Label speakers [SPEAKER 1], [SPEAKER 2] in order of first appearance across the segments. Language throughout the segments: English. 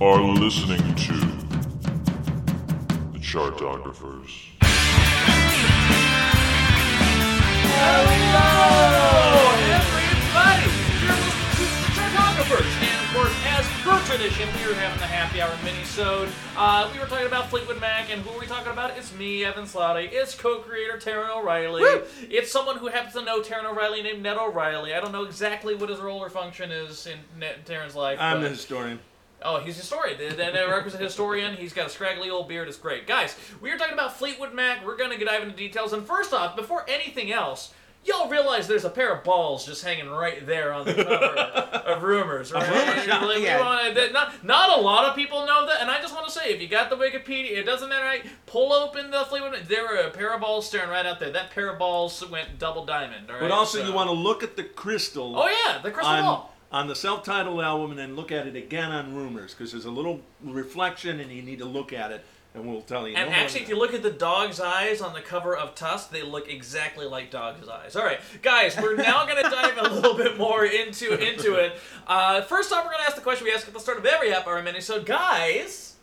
[SPEAKER 1] are listening to the Chartographers.
[SPEAKER 2] Hello, everybody! You're listening to the Chartographers, and of course, as per tradition, we were having the happy hour mini-sode. Uh, we were talking about Fleetwood Mac, and who are we talking about? It's me, Evan Slotty. It's co-creator Taryn O'Reilly. It's someone who happens to know Taryn O'Reilly named Ned O'Reilly. I don't know exactly what his role or function is in Ned, Taryn's life.
[SPEAKER 3] I'm the
[SPEAKER 2] but-
[SPEAKER 3] historian.
[SPEAKER 2] Oh, he's a historian. The, the, the requisite historian. He's got a scraggly old beard. It's great. Guys, we are talking about Fleetwood Mac. We're going to dive into details. And first off, before anything else, y'all realize there's a pair of balls just hanging right there on the cover of Rumors. Right? Like, we
[SPEAKER 3] Yeah.
[SPEAKER 2] wanna- that- not, not a lot of people know that. And I just want to say, if you got the Wikipedia, it doesn't matter. Right? Pull open the Fleetwood Mac. There were a pair of balls staring right out there. That pair of balls went double diamond. All right?
[SPEAKER 3] But also,
[SPEAKER 2] So-
[SPEAKER 3] you want to look at the crystal.
[SPEAKER 2] Oh, yeah, the crystal
[SPEAKER 3] on,
[SPEAKER 2] ball.
[SPEAKER 3] on the self-titled album, and then look at it again on Rumors, because there's a little reflection, and you need to look at it, and we'll tell you.
[SPEAKER 2] And
[SPEAKER 3] no more
[SPEAKER 2] actually, if
[SPEAKER 3] than
[SPEAKER 2] you look at the dog's eyes on the cover of Tusk, they look exactly like dog's eyes. All right, guys, we're now going to dive a little bit more into into it. Uh, first off, we're going to ask the question we ask at the start of every app hour mini. So, guys,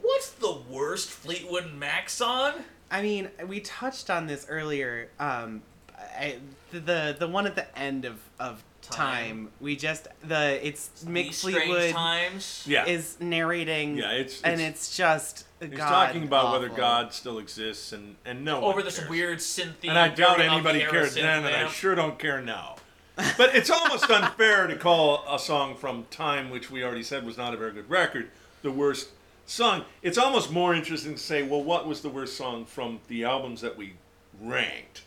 [SPEAKER 2] what's the worst Fleetwood Mac song?
[SPEAKER 4] I mean, we touched on this earlier. Um, I, the the one at the end of of
[SPEAKER 2] Time.
[SPEAKER 4] time. We just the it's Mick
[SPEAKER 2] These strange
[SPEAKER 4] Fleetwood
[SPEAKER 2] times.
[SPEAKER 3] that. yeah,
[SPEAKER 4] is narrating.
[SPEAKER 3] Yeah, it's-
[SPEAKER 4] and
[SPEAKER 3] it's-
[SPEAKER 4] it's just God.
[SPEAKER 3] he's talking about whether
[SPEAKER 4] awful.
[SPEAKER 3] God still exists, and and no.
[SPEAKER 2] Over
[SPEAKER 3] one
[SPEAKER 2] this
[SPEAKER 3] cares.
[SPEAKER 2] weird synthy.
[SPEAKER 3] And I doubt
[SPEAKER 2] very up
[SPEAKER 3] anybody
[SPEAKER 2] the air
[SPEAKER 3] cared
[SPEAKER 2] synth
[SPEAKER 3] then, and I
[SPEAKER 2] vamp.
[SPEAKER 3] sure don't care now. But it's almost unfair to call a song from Time, which we already said was not a very good record, the worst song. It's almost more interesting to say, well, what was the worst song from the albums that we ranked?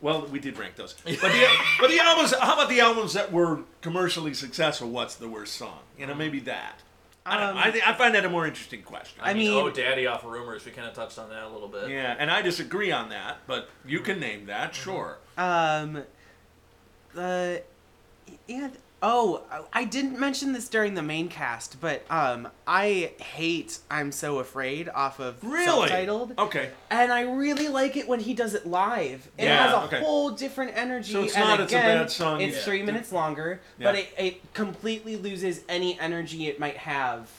[SPEAKER 3] Well, we did rank those. But the, but the albums, how about the albums that were commercially successful? What's the worst song? You know, maybe that. I don't know. I, thi- I find that a more interesting question.
[SPEAKER 2] Um, I
[SPEAKER 4] I
[SPEAKER 2] mean,
[SPEAKER 4] mean-
[SPEAKER 2] oh, daddy off rumors. We kind of touched on that a little bit.
[SPEAKER 3] yeah, and I disagree on that, but you can name that,
[SPEAKER 2] Mm-hmm.
[SPEAKER 3] sure.
[SPEAKER 4] Um, the yeah. th- Oh, I- I didn't mention this during the main cast, but um, I hate "I'm So Afraid" off of
[SPEAKER 3] Really?
[SPEAKER 4] self-titled.
[SPEAKER 3] Okay.
[SPEAKER 4] and I really like it when he does it live. It
[SPEAKER 3] Yeah,
[SPEAKER 4] has a
[SPEAKER 3] okay.
[SPEAKER 4] whole different energy.
[SPEAKER 3] So it's
[SPEAKER 4] and
[SPEAKER 3] not-
[SPEAKER 4] again,
[SPEAKER 3] it's a bad song,
[SPEAKER 4] It's
[SPEAKER 3] yeah.
[SPEAKER 4] three minutes longer, but
[SPEAKER 3] Yeah.
[SPEAKER 4] it, it completely loses any energy it might have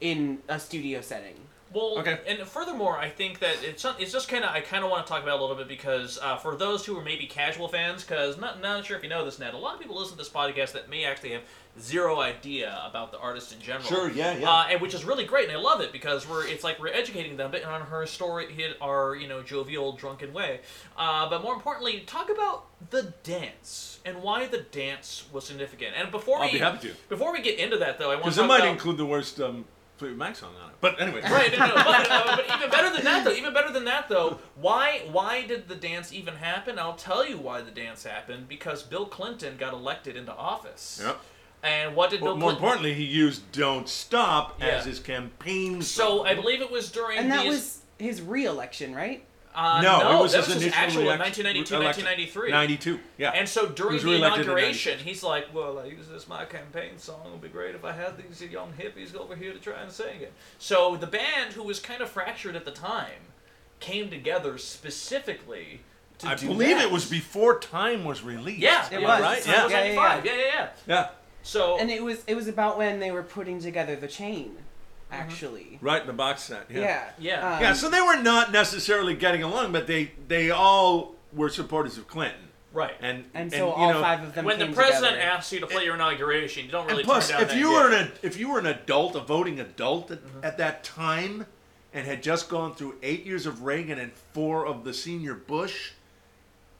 [SPEAKER 4] in a studio setting.
[SPEAKER 2] Well,
[SPEAKER 3] Okay.
[SPEAKER 2] and furthermore, I think that it's not, it's just kind of I kind of want to talk about it a little bit because uh, for those who are maybe casual fans, because not not sure if you know this, Ned, a lot of people listen to this podcast that may actually have zero idea about the artist in general.
[SPEAKER 3] Sure, yeah, yeah.
[SPEAKER 2] Uh, and which is really great, and I love it because we're it's like we're educating them, but on her story hit our you know jovial drunken way. Uh, but more importantly, talk about the dance and why the dance was significant. And before
[SPEAKER 3] I'll
[SPEAKER 2] we
[SPEAKER 3] be happy to.
[SPEAKER 2] before we get into that though, I want
[SPEAKER 3] Because
[SPEAKER 2] to
[SPEAKER 3] it
[SPEAKER 2] talk
[SPEAKER 3] might
[SPEAKER 2] about-
[SPEAKER 3] include the worst um, Fleetwood Mac song on it. But anyway,
[SPEAKER 2] Right, no, no, no, but, uh, but even better than that, though. Even better than that, though. Why? Why did the dance even happen? I'll tell you why the dance happened. Because Bill Clinton got elected into office.
[SPEAKER 3] Yep.
[SPEAKER 2] And what did
[SPEAKER 3] Well,
[SPEAKER 2] Bill
[SPEAKER 3] more
[SPEAKER 2] Clinton?
[SPEAKER 3] importantly, he used "Don't Stop"
[SPEAKER 2] Yeah.
[SPEAKER 3] as his campaign.
[SPEAKER 2] so
[SPEAKER 3] song.
[SPEAKER 2] I believe it was during
[SPEAKER 4] And that
[SPEAKER 2] these-
[SPEAKER 4] was his re-election, right?
[SPEAKER 2] uh,
[SPEAKER 3] no, it was
[SPEAKER 2] that
[SPEAKER 3] his
[SPEAKER 2] was
[SPEAKER 3] initial
[SPEAKER 2] actual in
[SPEAKER 3] elec-
[SPEAKER 2] 1992,
[SPEAKER 3] election.
[SPEAKER 2] 1993.
[SPEAKER 3] 92, yeah.
[SPEAKER 2] And so
[SPEAKER 3] He
[SPEAKER 2] during
[SPEAKER 3] was
[SPEAKER 2] the
[SPEAKER 3] reelected in
[SPEAKER 2] inauguration, he's like, "Well, I use this my campaign song. It would be great if I had these young hippies over here to try and sing it." So the band, who was kind of fractured at the time, came together specifically to
[SPEAKER 3] I
[SPEAKER 2] do
[SPEAKER 3] believe
[SPEAKER 2] that.
[SPEAKER 3] it was before "Time" was released.
[SPEAKER 2] Yeah,
[SPEAKER 4] It
[SPEAKER 2] yeah,
[SPEAKER 4] was.
[SPEAKER 3] right.
[SPEAKER 2] so
[SPEAKER 3] Yeah.
[SPEAKER 2] it was
[SPEAKER 4] Yeah, yeah,
[SPEAKER 2] 95. yeah, yeah, yeah.
[SPEAKER 3] yeah,
[SPEAKER 2] So
[SPEAKER 4] And it was it was about when they were putting together the chain, actually.
[SPEAKER 3] right in the box set. Yeah.
[SPEAKER 4] Yeah.
[SPEAKER 2] Mm-hmm. Yeah.
[SPEAKER 4] Um,
[SPEAKER 3] Yeah, So they were not necessarily getting along, but they they all were supporters of Clinton.
[SPEAKER 2] right.
[SPEAKER 3] And
[SPEAKER 4] and so
[SPEAKER 3] you
[SPEAKER 4] all
[SPEAKER 3] know,
[SPEAKER 4] five of them.
[SPEAKER 2] when the
[SPEAKER 4] came
[SPEAKER 2] president
[SPEAKER 4] together.
[SPEAKER 2] asks you to play your inauguration, you don't really
[SPEAKER 3] And plus,
[SPEAKER 2] turn down
[SPEAKER 3] if
[SPEAKER 2] that Mm-hmm.
[SPEAKER 3] you
[SPEAKER 2] gig.
[SPEAKER 3] were an if you were an adult, a voting adult at, at that time, and had just gone through eight years of Reagan and four of the senior Bush,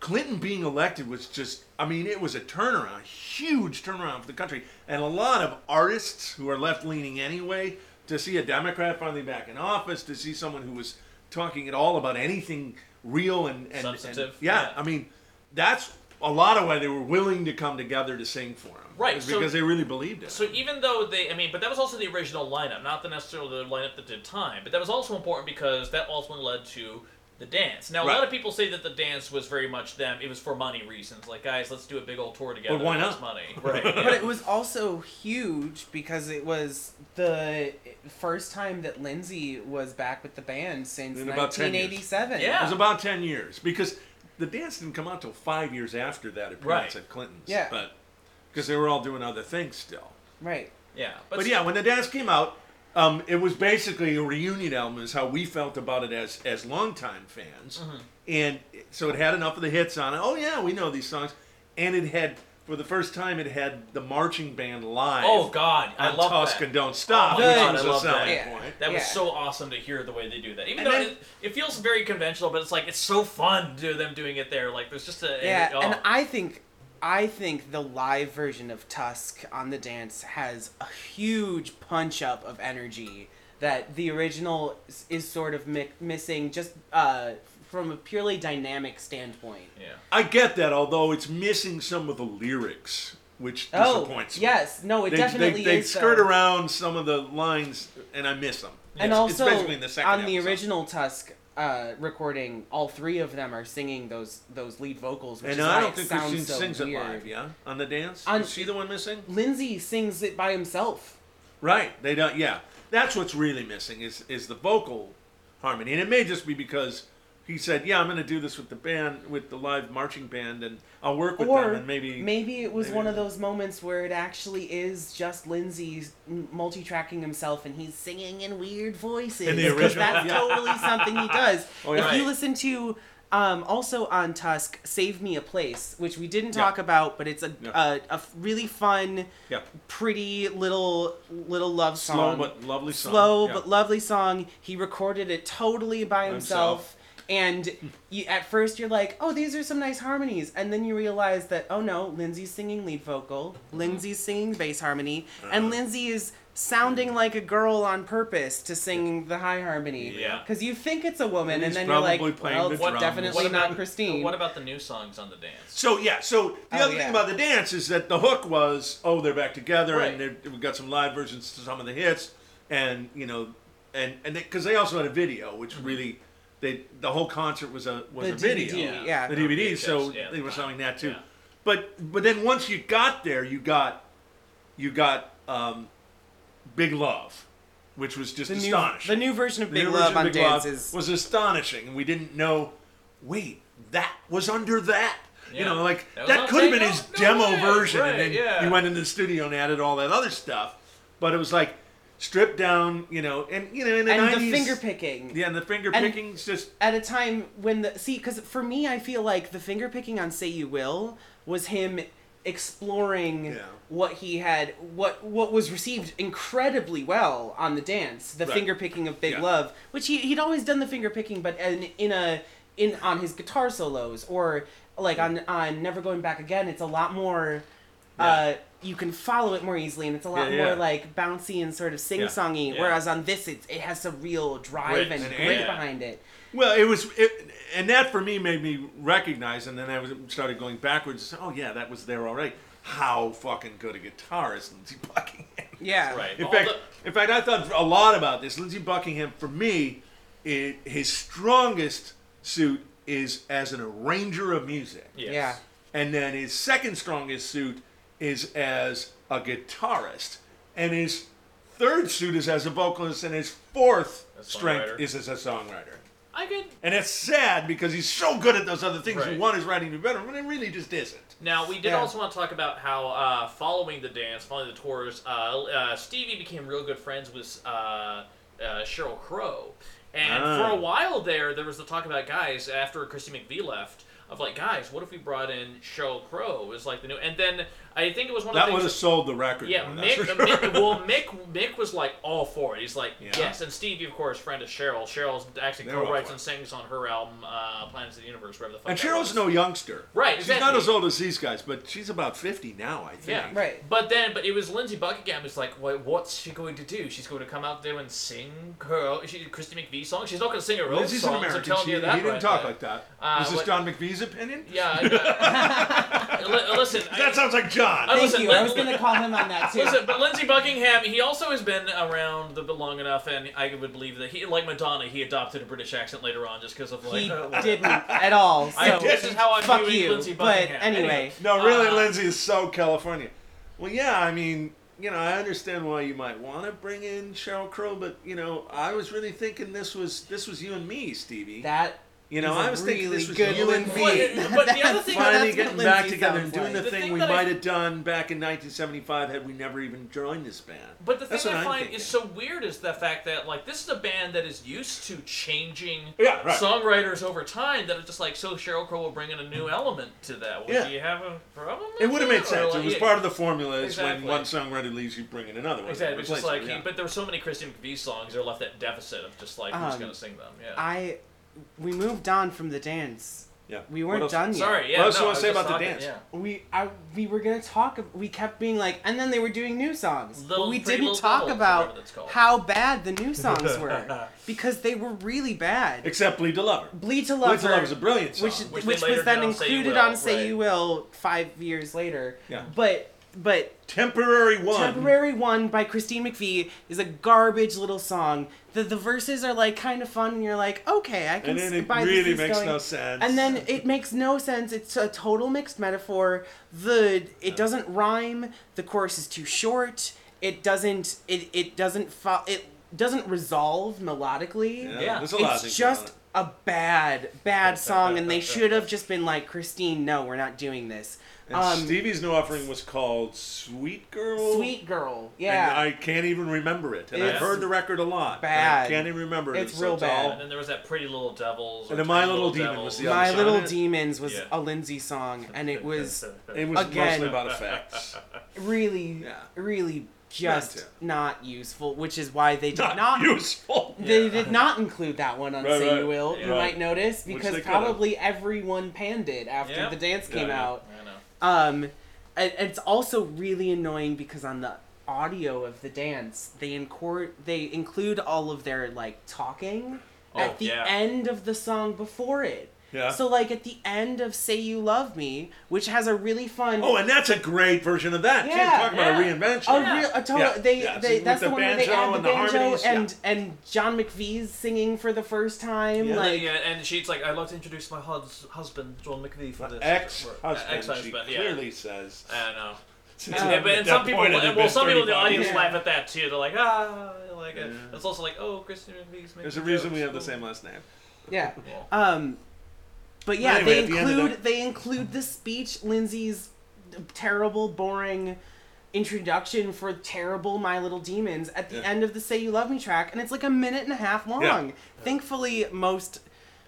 [SPEAKER 3] Clinton being elected was just I mean it was a turnaround, a huge turnaround for the country, and a lot of artists who are left leaning anyway to see a Democrat finally back in office, to see someone who was talking at all about anything real and, and- and
[SPEAKER 2] Substantive,
[SPEAKER 3] yeah,
[SPEAKER 2] yeah.
[SPEAKER 3] I mean that's. A lot of why they were willing to come together to sing for him,
[SPEAKER 2] Right,
[SPEAKER 3] is
[SPEAKER 2] so-
[SPEAKER 3] Because they really believed it.
[SPEAKER 2] So even though they, I mean, but that was also the original lineup, not the necessarily the lineup that did time. But that was also important because that ultimately led to the dance. Now a lot
[SPEAKER 3] Right.
[SPEAKER 2] of people say that the dance was very much them. It was for money reasons. Like guys, let's do a big old tour together.
[SPEAKER 3] But why
[SPEAKER 2] and
[SPEAKER 3] not?
[SPEAKER 2] raise Money. Right.
[SPEAKER 4] but it was also huge because it was the first time that Lindsay was back with the band since
[SPEAKER 3] In about 10 years.
[SPEAKER 4] 1987.
[SPEAKER 2] Yeah.
[SPEAKER 3] It was about 10 years because the dance didn't come out till five years after that appearance
[SPEAKER 2] Right.
[SPEAKER 3] at Clinton's.
[SPEAKER 4] Yeah.
[SPEAKER 3] But because they were all doing other things still.
[SPEAKER 4] Right.
[SPEAKER 2] yeah.
[SPEAKER 3] But yeah, when the dance came out, Um, it was basically a reunion album, is how we felt about it as as longtime fans,
[SPEAKER 2] Mm-hmm.
[SPEAKER 3] and it- so it had enough of the hits on it. Oh yeah, we know these songs, and it had for the first time it had the marching band live.
[SPEAKER 2] Oh God, I
[SPEAKER 3] on
[SPEAKER 2] love
[SPEAKER 3] Tusk
[SPEAKER 2] that.
[SPEAKER 3] and Don't Stop,
[SPEAKER 2] Oh, my
[SPEAKER 3] which
[SPEAKER 2] God,
[SPEAKER 3] was
[SPEAKER 2] I
[SPEAKER 3] a
[SPEAKER 2] love that.
[SPEAKER 3] selling
[SPEAKER 4] Yeah.
[SPEAKER 3] point.
[SPEAKER 2] That was
[SPEAKER 4] Yeah.
[SPEAKER 2] so awesome to hear the way they do that. Even
[SPEAKER 3] And
[SPEAKER 2] though
[SPEAKER 3] then-
[SPEAKER 2] it, it feels very conventional, but it's like it's so fun to them doing it there. Like there's just a
[SPEAKER 4] Yeah,
[SPEAKER 2] oh.
[SPEAKER 4] and I think I think the live version of Tusk on the dance has a huge punch up of energy that the original is, is sort of mi- missing just uh, from a purely dynamic standpoint.
[SPEAKER 2] yeah.
[SPEAKER 3] I get that, although it's missing some of the lyrics, which
[SPEAKER 4] Oh,
[SPEAKER 3] disappoints me.
[SPEAKER 4] yes, no, it
[SPEAKER 3] They,
[SPEAKER 4] definitely
[SPEAKER 3] they, they
[SPEAKER 4] is. uh,
[SPEAKER 3] skirt
[SPEAKER 4] though.
[SPEAKER 3] around some of the lines, and I miss them.
[SPEAKER 4] and
[SPEAKER 3] It's- it's
[SPEAKER 4] also
[SPEAKER 3] basically in the second
[SPEAKER 4] on the
[SPEAKER 3] episode.
[SPEAKER 4] original Tusk uh, recording, all three of them are singing those those lead vocals, which
[SPEAKER 3] And
[SPEAKER 4] is
[SPEAKER 3] I
[SPEAKER 4] why
[SPEAKER 3] don't
[SPEAKER 4] it
[SPEAKER 3] think
[SPEAKER 4] sounds
[SPEAKER 3] Christine
[SPEAKER 4] so
[SPEAKER 3] sings
[SPEAKER 4] weird.
[SPEAKER 3] it live, yeah? On the dance?
[SPEAKER 4] On-
[SPEAKER 3] Is she the one missing?
[SPEAKER 4] Lindsay sings it by himself.
[SPEAKER 3] Right. They don't yeah. That's what's really missing is is the vocal harmony. And it may just be because he said, Yeah, I'm gonna do this with the band with the live marching band and I'll work with them and maybe
[SPEAKER 4] maybe it was
[SPEAKER 3] maybe-
[SPEAKER 4] one of those moments where it actually is just Lindsay multi-tracking himself and he's singing in weird voices.
[SPEAKER 3] In the
[SPEAKER 4] 'cause
[SPEAKER 3] original,
[SPEAKER 4] that's
[SPEAKER 3] yeah.
[SPEAKER 4] totally something he does.
[SPEAKER 3] Oh,
[SPEAKER 4] if
[SPEAKER 3] yeah.
[SPEAKER 4] you
[SPEAKER 2] Right.
[SPEAKER 4] listen to um, also on Tusk, "Save Me a Place," which we didn't talk
[SPEAKER 3] Yeah.
[SPEAKER 4] about, but it's a,
[SPEAKER 3] Yeah.
[SPEAKER 4] a a f- really fun,
[SPEAKER 3] Yeah.
[SPEAKER 4] pretty little little love
[SPEAKER 3] Slow
[SPEAKER 4] song.
[SPEAKER 3] but lovely song.
[SPEAKER 4] slow
[SPEAKER 3] yeah.
[SPEAKER 4] but lovely song. He recorded it totally by himself.
[SPEAKER 3] Himself.
[SPEAKER 4] And you, at first you're like, oh, these are some nice harmonies. And then you realize that, oh no, Lindsay's singing lead vocal, Lindsay's singing bass harmony, and
[SPEAKER 3] Uh-huh.
[SPEAKER 4] Lindsay is sounding like a girl on purpose to sing the high harmony.
[SPEAKER 2] Yeah.
[SPEAKER 4] Because you think it's a woman, and,
[SPEAKER 3] he's
[SPEAKER 4] then you're like,
[SPEAKER 3] probably playing
[SPEAKER 4] well,
[SPEAKER 3] the
[SPEAKER 4] it's
[SPEAKER 3] drums.
[SPEAKER 4] definitely
[SPEAKER 2] What
[SPEAKER 4] not
[SPEAKER 2] about-
[SPEAKER 4] Christine.
[SPEAKER 2] What about the new songs on the dance?
[SPEAKER 3] So yeah, so the
[SPEAKER 4] Oh,
[SPEAKER 3] other
[SPEAKER 4] yeah.
[SPEAKER 3] thing about the dance is that the hook was, oh, they're back together,
[SPEAKER 2] Right.
[SPEAKER 3] and they're- we got some live versions to some of the hits, and you know, and and because they, also had a video, which really, they the whole concert was a was
[SPEAKER 4] Mm-hmm. The
[SPEAKER 3] a video,
[SPEAKER 4] DVD, yeah.
[SPEAKER 3] the DVD, so
[SPEAKER 2] Yeah,
[SPEAKER 3] they were selling that too.
[SPEAKER 2] yeah.
[SPEAKER 3] But but then once you got there, you got you got um, Big Love, which was just
[SPEAKER 4] the new,
[SPEAKER 3] astonishing.
[SPEAKER 4] the new version of
[SPEAKER 3] The
[SPEAKER 4] Big
[SPEAKER 3] new
[SPEAKER 4] Love
[SPEAKER 3] version of
[SPEAKER 4] on
[SPEAKER 3] Big
[SPEAKER 4] Dance
[SPEAKER 3] Love
[SPEAKER 4] is.
[SPEAKER 3] was astonishing, and we didn't know. Wait, that was under that. You
[SPEAKER 2] Yeah.
[SPEAKER 3] know, like
[SPEAKER 2] That was
[SPEAKER 3] that,
[SPEAKER 2] on
[SPEAKER 3] could have been
[SPEAKER 2] tape.
[SPEAKER 3] his
[SPEAKER 2] No
[SPEAKER 3] demo
[SPEAKER 2] way.
[SPEAKER 3] version,
[SPEAKER 2] Right,
[SPEAKER 3] and then
[SPEAKER 2] yeah.
[SPEAKER 3] he went into the studio and added all that other stuff. But it was like stripped down, you know, and you know, in the
[SPEAKER 4] and
[SPEAKER 3] 90s,
[SPEAKER 4] the finger picking.
[SPEAKER 3] yeah, and the finger
[SPEAKER 4] and-
[SPEAKER 3] picking's just
[SPEAKER 4] at a time when the see because for me i feel like the finger picking on say you will was him exploring
[SPEAKER 3] Yeah.
[SPEAKER 4] what he had what what was received incredibly well on the dance the
[SPEAKER 3] Right.
[SPEAKER 4] finger picking of big
[SPEAKER 3] Yeah.
[SPEAKER 4] love which he, he'd always done the finger picking but in, in a in on his guitar solos or like on on never going back again it's a lot more uh you can follow it more easily and it's a lot
[SPEAKER 3] Yeah, yeah.
[SPEAKER 4] more like bouncy and sort of sing-songy
[SPEAKER 2] Yeah.
[SPEAKER 4] whereas on this it, it has some real drive
[SPEAKER 3] Grit
[SPEAKER 4] and
[SPEAKER 3] and
[SPEAKER 4] grit
[SPEAKER 2] air.
[SPEAKER 4] behind it
[SPEAKER 3] well, it was, it, and that for me made me recognize, and then I was started going backwards. Oh yeah, that was there already. How fucking good a guitarist Lindsey Buckingham
[SPEAKER 4] Yeah.
[SPEAKER 2] Right.
[SPEAKER 3] In
[SPEAKER 2] All
[SPEAKER 3] fact,
[SPEAKER 2] the-
[SPEAKER 3] in fact, I thought a lot about this. Lindsey Buckingham, for me, i his strongest suit is as an arranger of music,
[SPEAKER 2] Yes.
[SPEAKER 4] Yeah.
[SPEAKER 3] and then his second strongest suit is as a guitarist, and his third suit is as a vocalist, and his fourth
[SPEAKER 2] A songwriter.
[SPEAKER 3] strength is as a songwriter.
[SPEAKER 2] I could
[SPEAKER 3] And it's sad because he's so good at those other things.
[SPEAKER 2] Right.
[SPEAKER 3] You want his writing to be better, but it really just isn't.
[SPEAKER 2] Now we did
[SPEAKER 4] Yeah.
[SPEAKER 2] also want to talk about how uh, following the dance, following the tours, uh, uh, Stevie became real good friends with uh, uh, Cheryl Crow, and
[SPEAKER 3] Ah.
[SPEAKER 2] for a while there, there was the talk about guys after Christy McVie left of like guys, what if we brought in Cheryl Crow as like the new, and then I think it was one of
[SPEAKER 3] That
[SPEAKER 2] the
[SPEAKER 3] would
[SPEAKER 2] things.
[SPEAKER 3] have sold the record.
[SPEAKER 2] yeah,
[SPEAKER 3] though, that's
[SPEAKER 2] Mick,
[SPEAKER 3] for sure.
[SPEAKER 2] Mick. Well, Mick. Mick was like all for it. He's like,
[SPEAKER 3] Yeah.
[SPEAKER 2] yes. And Stevie, of course, friend of Cheryl. Cheryl's actually
[SPEAKER 3] They were all
[SPEAKER 2] co-writes
[SPEAKER 3] for
[SPEAKER 2] and
[SPEAKER 3] it.
[SPEAKER 2] sings on her album, uh, Planets of the Universe, whatever the fuck.
[SPEAKER 3] And
[SPEAKER 2] that
[SPEAKER 3] Cheryl's
[SPEAKER 2] was.
[SPEAKER 3] no youngster.
[SPEAKER 2] Right,
[SPEAKER 3] She's not
[SPEAKER 2] exactly.
[SPEAKER 3] as old as these guys, but she's about 50 now, I think.
[SPEAKER 2] Yeah.
[SPEAKER 4] Right.
[SPEAKER 2] But then, but it was Lindsay Buckingham who's like, "What? What's she going to do? She's going to come out there and sing her she, Christy McVie song? She's not going to sing her own
[SPEAKER 3] Lindsay's an
[SPEAKER 2] songs. I'm
[SPEAKER 3] American.
[SPEAKER 2] telling
[SPEAKER 3] She,
[SPEAKER 2] you
[SPEAKER 3] he
[SPEAKER 2] that."
[SPEAKER 3] didn't
[SPEAKER 2] right
[SPEAKER 3] talk
[SPEAKER 2] there.
[SPEAKER 3] like that.
[SPEAKER 2] Uh,
[SPEAKER 3] Is this
[SPEAKER 2] what-
[SPEAKER 3] John McVie's opinion?
[SPEAKER 2] Yeah. I know. Li- listen. I-
[SPEAKER 3] That sounds like John.
[SPEAKER 2] I-
[SPEAKER 4] Thank
[SPEAKER 2] Listen,
[SPEAKER 4] you.
[SPEAKER 2] let-
[SPEAKER 4] I was going to call him on that too.
[SPEAKER 2] Listen, but Lindsey Buckingham, he also has been around the bit long enough, and I would believe that he, like Madonna, he adopted a British accent later on just because of like.
[SPEAKER 4] he
[SPEAKER 2] uh,
[SPEAKER 4] didn't at all. So
[SPEAKER 2] I- this is how I'm
[SPEAKER 4] fuck
[SPEAKER 2] viewing
[SPEAKER 4] you.
[SPEAKER 2] Lindsay
[SPEAKER 4] but
[SPEAKER 2] Buckingham.
[SPEAKER 4] anyway,
[SPEAKER 3] no, really,
[SPEAKER 2] uh,
[SPEAKER 3] Lindsay is so California. Well, yeah, I mean, you know, I understand why you might want to bring in Cheryl Crow, but you know, I was really thinking this was this was you and me, Stevie.
[SPEAKER 4] that
[SPEAKER 3] You know,
[SPEAKER 4] He's a
[SPEAKER 3] I was thinking
[SPEAKER 4] really
[SPEAKER 3] this was
[SPEAKER 4] good
[SPEAKER 3] you and
[SPEAKER 4] one.
[SPEAKER 3] me.
[SPEAKER 4] Wait,
[SPEAKER 2] But the other thing-
[SPEAKER 4] that's
[SPEAKER 3] finally
[SPEAKER 4] what
[SPEAKER 3] getting
[SPEAKER 4] Lindsay
[SPEAKER 3] back together and
[SPEAKER 4] sounds
[SPEAKER 3] doing
[SPEAKER 4] like.
[SPEAKER 3] the
[SPEAKER 2] The
[SPEAKER 3] thing,
[SPEAKER 2] thing
[SPEAKER 3] we
[SPEAKER 2] that I-
[SPEAKER 3] might have done back in 1975 had we never even joined this band.
[SPEAKER 2] But the
[SPEAKER 3] That's
[SPEAKER 2] thing
[SPEAKER 3] what
[SPEAKER 2] I
[SPEAKER 3] I'm
[SPEAKER 2] find
[SPEAKER 3] thinking.
[SPEAKER 2] is so weird is the fact that like this is a band that is used to changing
[SPEAKER 3] Yeah, right.
[SPEAKER 2] songwriters over time that are just like so Cheryl Crow will bring in a new element to that. Well,
[SPEAKER 3] Yeah.
[SPEAKER 2] Do you have a problem?
[SPEAKER 3] It would have made sense. it was part of the formula. Is
[SPEAKER 2] Exactly.
[SPEAKER 3] when one songwriter leaves, you bring in another one.
[SPEAKER 2] exactly. It's just like,
[SPEAKER 3] Replace it,
[SPEAKER 2] he, but there were so many Christian McVie songs that are left at deficit of just like who's
[SPEAKER 4] Um,
[SPEAKER 2] gonna sing them. Yeah.
[SPEAKER 4] I we moved on from the dance.
[SPEAKER 3] yeah.
[SPEAKER 4] we
[SPEAKER 3] What
[SPEAKER 4] weren't
[SPEAKER 3] else?
[SPEAKER 4] done yet.
[SPEAKER 2] Sorry. Yeah.
[SPEAKER 3] What else
[SPEAKER 2] no,
[SPEAKER 3] you
[SPEAKER 2] I
[SPEAKER 3] wanna
[SPEAKER 2] was
[SPEAKER 3] say
[SPEAKER 2] just
[SPEAKER 3] about the
[SPEAKER 2] talking,
[SPEAKER 3] dance?
[SPEAKER 2] yeah.
[SPEAKER 4] We I we were gonna talk. ab- We kept being like, and then they were doing new songs.
[SPEAKER 2] Little
[SPEAKER 4] but we
[SPEAKER 2] Pretty
[SPEAKER 4] didn't
[SPEAKER 2] Little
[SPEAKER 4] talk
[SPEAKER 2] Devils, or
[SPEAKER 4] about
[SPEAKER 2] whatever that's called.
[SPEAKER 4] how bad the new songs were because they were really bad.
[SPEAKER 3] Except Bleed to Lover.
[SPEAKER 4] Bleed to Lover,
[SPEAKER 3] Bleed to Lover is a brilliant song.
[SPEAKER 4] which
[SPEAKER 2] Which
[SPEAKER 4] which,
[SPEAKER 2] they later
[SPEAKER 4] was then
[SPEAKER 2] did on Say You
[SPEAKER 4] included
[SPEAKER 2] Will,
[SPEAKER 4] on Say
[SPEAKER 2] right.
[SPEAKER 4] You Will five years later.
[SPEAKER 3] Yeah.
[SPEAKER 4] But but
[SPEAKER 3] Temporary One.
[SPEAKER 4] Temporary One by Christine McVie is a garbage little song. The the verses are like kind of fun, and you're like, okay, I can.
[SPEAKER 3] And then
[SPEAKER 4] s-
[SPEAKER 3] it
[SPEAKER 4] buy
[SPEAKER 3] really
[SPEAKER 4] this is
[SPEAKER 3] makes
[SPEAKER 4] going.
[SPEAKER 3] no sense.
[SPEAKER 4] And then it makes no sense. It's a total mixed metaphor. The it doesn't rhyme. The chorus is too short. It doesn't. It it doesn't. Fo- it doesn't resolve melodically
[SPEAKER 2] Yeah.
[SPEAKER 3] There's a lot of
[SPEAKER 4] it's
[SPEAKER 3] things
[SPEAKER 4] just
[SPEAKER 3] going
[SPEAKER 4] a bad, bad song, and they should have just been like, Christine, no, we're not doing this.
[SPEAKER 3] on. And
[SPEAKER 4] Um,
[SPEAKER 3] Stevie's new offering was called Sweet Girl.
[SPEAKER 4] Sweet Girl,
[SPEAKER 3] And
[SPEAKER 4] yeah.
[SPEAKER 3] I can't even remember it. And I've
[SPEAKER 4] It's
[SPEAKER 3] heard the record a lot. but I
[SPEAKER 4] bad.
[SPEAKER 3] can't even remember it.
[SPEAKER 4] It's
[SPEAKER 3] so
[SPEAKER 4] real
[SPEAKER 2] And
[SPEAKER 3] all-
[SPEAKER 4] bad.
[SPEAKER 2] then there was that Pretty Little Devils. or
[SPEAKER 3] And then My
[SPEAKER 2] Tiny
[SPEAKER 3] Little Demon
[SPEAKER 2] Devils.
[SPEAKER 3] was the other
[SPEAKER 4] My
[SPEAKER 3] song
[SPEAKER 4] Little
[SPEAKER 3] is-
[SPEAKER 4] Demons was
[SPEAKER 2] Yeah.
[SPEAKER 4] a Lindsay song, and it was
[SPEAKER 3] It was
[SPEAKER 4] Again.
[SPEAKER 3] mostly about effects.
[SPEAKER 4] really,
[SPEAKER 3] Yeah.
[SPEAKER 4] really just
[SPEAKER 3] too.
[SPEAKER 4] not useful, which is why they did
[SPEAKER 3] Not,
[SPEAKER 4] not.
[SPEAKER 3] useful.
[SPEAKER 4] They
[SPEAKER 2] Yeah.
[SPEAKER 4] did not include that one on
[SPEAKER 3] Right,
[SPEAKER 4] Say
[SPEAKER 3] right.
[SPEAKER 4] You Will. You
[SPEAKER 3] Right.
[SPEAKER 4] might notice
[SPEAKER 3] Which
[SPEAKER 4] because
[SPEAKER 3] they could've.
[SPEAKER 4] probably everyone panned it after
[SPEAKER 2] Yeah.
[SPEAKER 4] the dance
[SPEAKER 3] Yeah,
[SPEAKER 4] came
[SPEAKER 3] yeah.
[SPEAKER 4] out.
[SPEAKER 2] I know.
[SPEAKER 4] Um, and and it's also really annoying because on the audio of the dance, they incor- they include all of their like talking
[SPEAKER 2] Oh,
[SPEAKER 4] at the
[SPEAKER 2] yeah.
[SPEAKER 4] end of the song before it.
[SPEAKER 3] Yeah.
[SPEAKER 4] So like at the end of "Say You Love Me," which has a really fun.
[SPEAKER 3] Oh, and that's a great version of that. too.
[SPEAKER 4] Yeah.
[SPEAKER 3] Talk about a reinvention.
[SPEAKER 4] a
[SPEAKER 2] yeah.
[SPEAKER 4] real a total.
[SPEAKER 3] Yeah,
[SPEAKER 4] They,
[SPEAKER 3] yeah.
[SPEAKER 4] they
[SPEAKER 3] With
[SPEAKER 4] that's
[SPEAKER 3] the
[SPEAKER 4] the, one where they
[SPEAKER 3] banjo
[SPEAKER 4] add the
[SPEAKER 3] and the
[SPEAKER 4] banjo
[SPEAKER 3] harmonies, yeah.
[SPEAKER 4] and and John McVie's singing for the first time.
[SPEAKER 3] Yeah.
[SPEAKER 4] Like
[SPEAKER 2] yeah, and she's like, I'd like to introduce my hus- husband, John McVie, for this.
[SPEAKER 3] Ex-husband, she
[SPEAKER 2] Ex-husband, yeah.
[SPEAKER 3] clearly says.
[SPEAKER 2] I don't know.
[SPEAKER 3] Since
[SPEAKER 4] Um,
[SPEAKER 2] Yeah, but
[SPEAKER 3] at
[SPEAKER 2] and
[SPEAKER 3] that
[SPEAKER 2] some people,
[SPEAKER 3] point it had
[SPEAKER 2] well,
[SPEAKER 3] been
[SPEAKER 2] some people in the
[SPEAKER 3] 35
[SPEAKER 2] audience
[SPEAKER 3] years.
[SPEAKER 2] laugh at that too. They're like, ah, like uh,
[SPEAKER 3] Yeah.
[SPEAKER 2] it's also like, oh, Christian McVie's making
[SPEAKER 3] There's a reason
[SPEAKER 2] jokes.
[SPEAKER 3] we have the same last name.
[SPEAKER 4] yeah.
[SPEAKER 2] Well,
[SPEAKER 4] Um, but yeah,
[SPEAKER 3] anyway,
[SPEAKER 4] they
[SPEAKER 3] at the end of
[SPEAKER 4] include
[SPEAKER 3] that-
[SPEAKER 4] they include the speech Lindsay's terrible, boring introduction for terrible My Little Demons at the
[SPEAKER 3] Yeah.
[SPEAKER 4] end of the "Say You Love Me" track, and it's like a minute and a half long. Thankfully, most